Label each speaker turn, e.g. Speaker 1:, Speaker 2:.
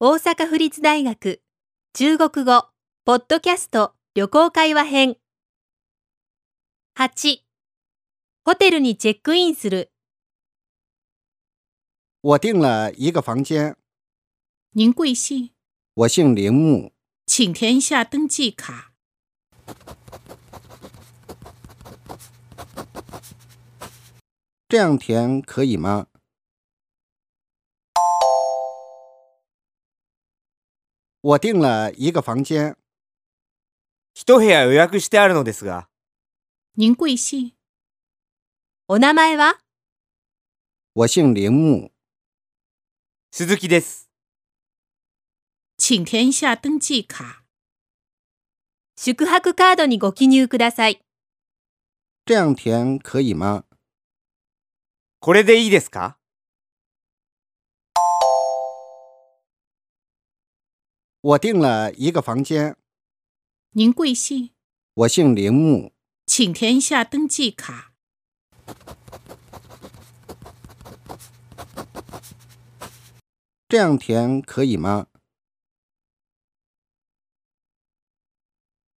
Speaker 1: 大阪府立大学中国語ポッドキャスト旅行会話編8ホテルにチェックインする
Speaker 2: 我订了一个房间，
Speaker 3: 您贵姓？
Speaker 2: 我姓铃木，
Speaker 3: 请填一下登记卡。
Speaker 2: 这样填可以吗？我订了一个房间，
Speaker 4: 一部屋予約してあるのですが、
Speaker 3: 您贵姓？
Speaker 1: お名前は
Speaker 2: 我姓铃木，
Speaker 4: 鈴木です。
Speaker 3: 请填一下登记卡。
Speaker 1: 宿泊カードにご記入ください
Speaker 2: 这样填可以吗？
Speaker 4: これでいいですか
Speaker 2: 我订了一个房间，
Speaker 3: 您贵姓？
Speaker 2: 我姓铃木，
Speaker 3: 请填一下登记卡。
Speaker 2: 这样填可以吗？